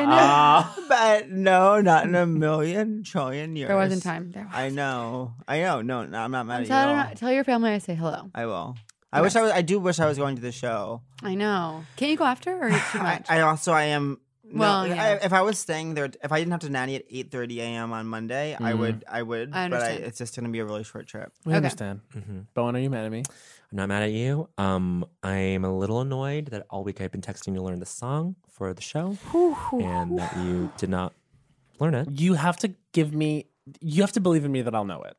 Speaker 4: I know.
Speaker 1: but no, not in a million trillion years.
Speaker 4: there wasn't time. There was.
Speaker 1: I know. I know. No, no I'm not mad
Speaker 4: Tell,
Speaker 1: at you. at
Speaker 4: her-
Speaker 1: all.
Speaker 4: tell your family I say hello.
Speaker 1: I will. I wish I was. I do wish I was going to the show.
Speaker 4: I know. Can't you go after or is it too
Speaker 1: I,
Speaker 4: much?
Speaker 1: I also I am. No,
Speaker 4: Well, yeah.
Speaker 1: I, if I was staying there, if I didn't have to nanny at eight thirty a.m. on Monday, I would. I would.
Speaker 4: I
Speaker 1: but I,
Speaker 4: understand.
Speaker 1: it's just going to be a really short trip.
Speaker 3: We
Speaker 4: Okay.
Speaker 3: understand.
Speaker 2: Mm-hmm.
Speaker 3: Bowen, are you mad at me?
Speaker 2: I'm not mad at you. Um, I'm a little annoyed that all week I've been texting you to learn the song for the show, and that you did not learn it.
Speaker 3: You have to give me. You have to believe in me that I'll know it.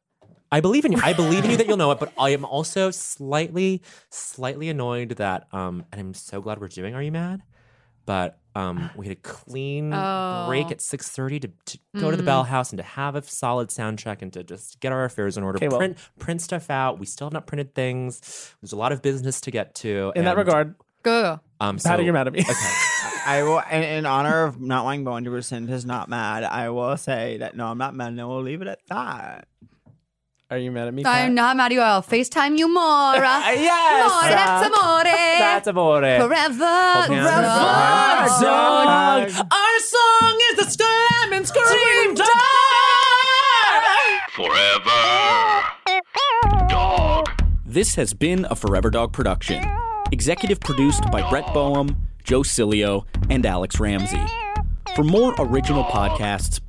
Speaker 2: I believe in you. I believe in you that you'll know it, but I am also slightly, slightly annoyed that um and I'm so glad we're doing Are You Mad? But um we had a clean break
Speaker 4: Oh.
Speaker 2: at 6:30 to, to go to the Bell House and to have a solid sound check and to just get our affairs in order.
Speaker 3: Okay, well-
Speaker 2: print print stuff out. We still have not printed things. There's a lot of business to get to.
Speaker 3: In
Speaker 2: and,
Speaker 3: that regard,
Speaker 4: go, go, go.
Speaker 2: um so,
Speaker 3: Patty, you're mad at me.
Speaker 1: I will, in, in honor of not wanting Bowen to rescind his not mad, I will say that no, I'm not mad, and we'll leave it at that.
Speaker 3: Are you mad at me? Pat?
Speaker 4: I'm not mad at you. I'll FaceTime you more.
Speaker 3: Yes.
Speaker 4: More, that's amore.
Speaker 3: That's about it.
Speaker 4: forever.
Speaker 2: Hold hands.
Speaker 4: forever.
Speaker 3: Our song, our song is the slam and scream time.
Speaker 5: Forever. Dog.
Speaker 6: This has been a Forever Dog production. Executive produced by Brett Boehm, Joe Cilio, and Alex Ramsey. For more original podcasts,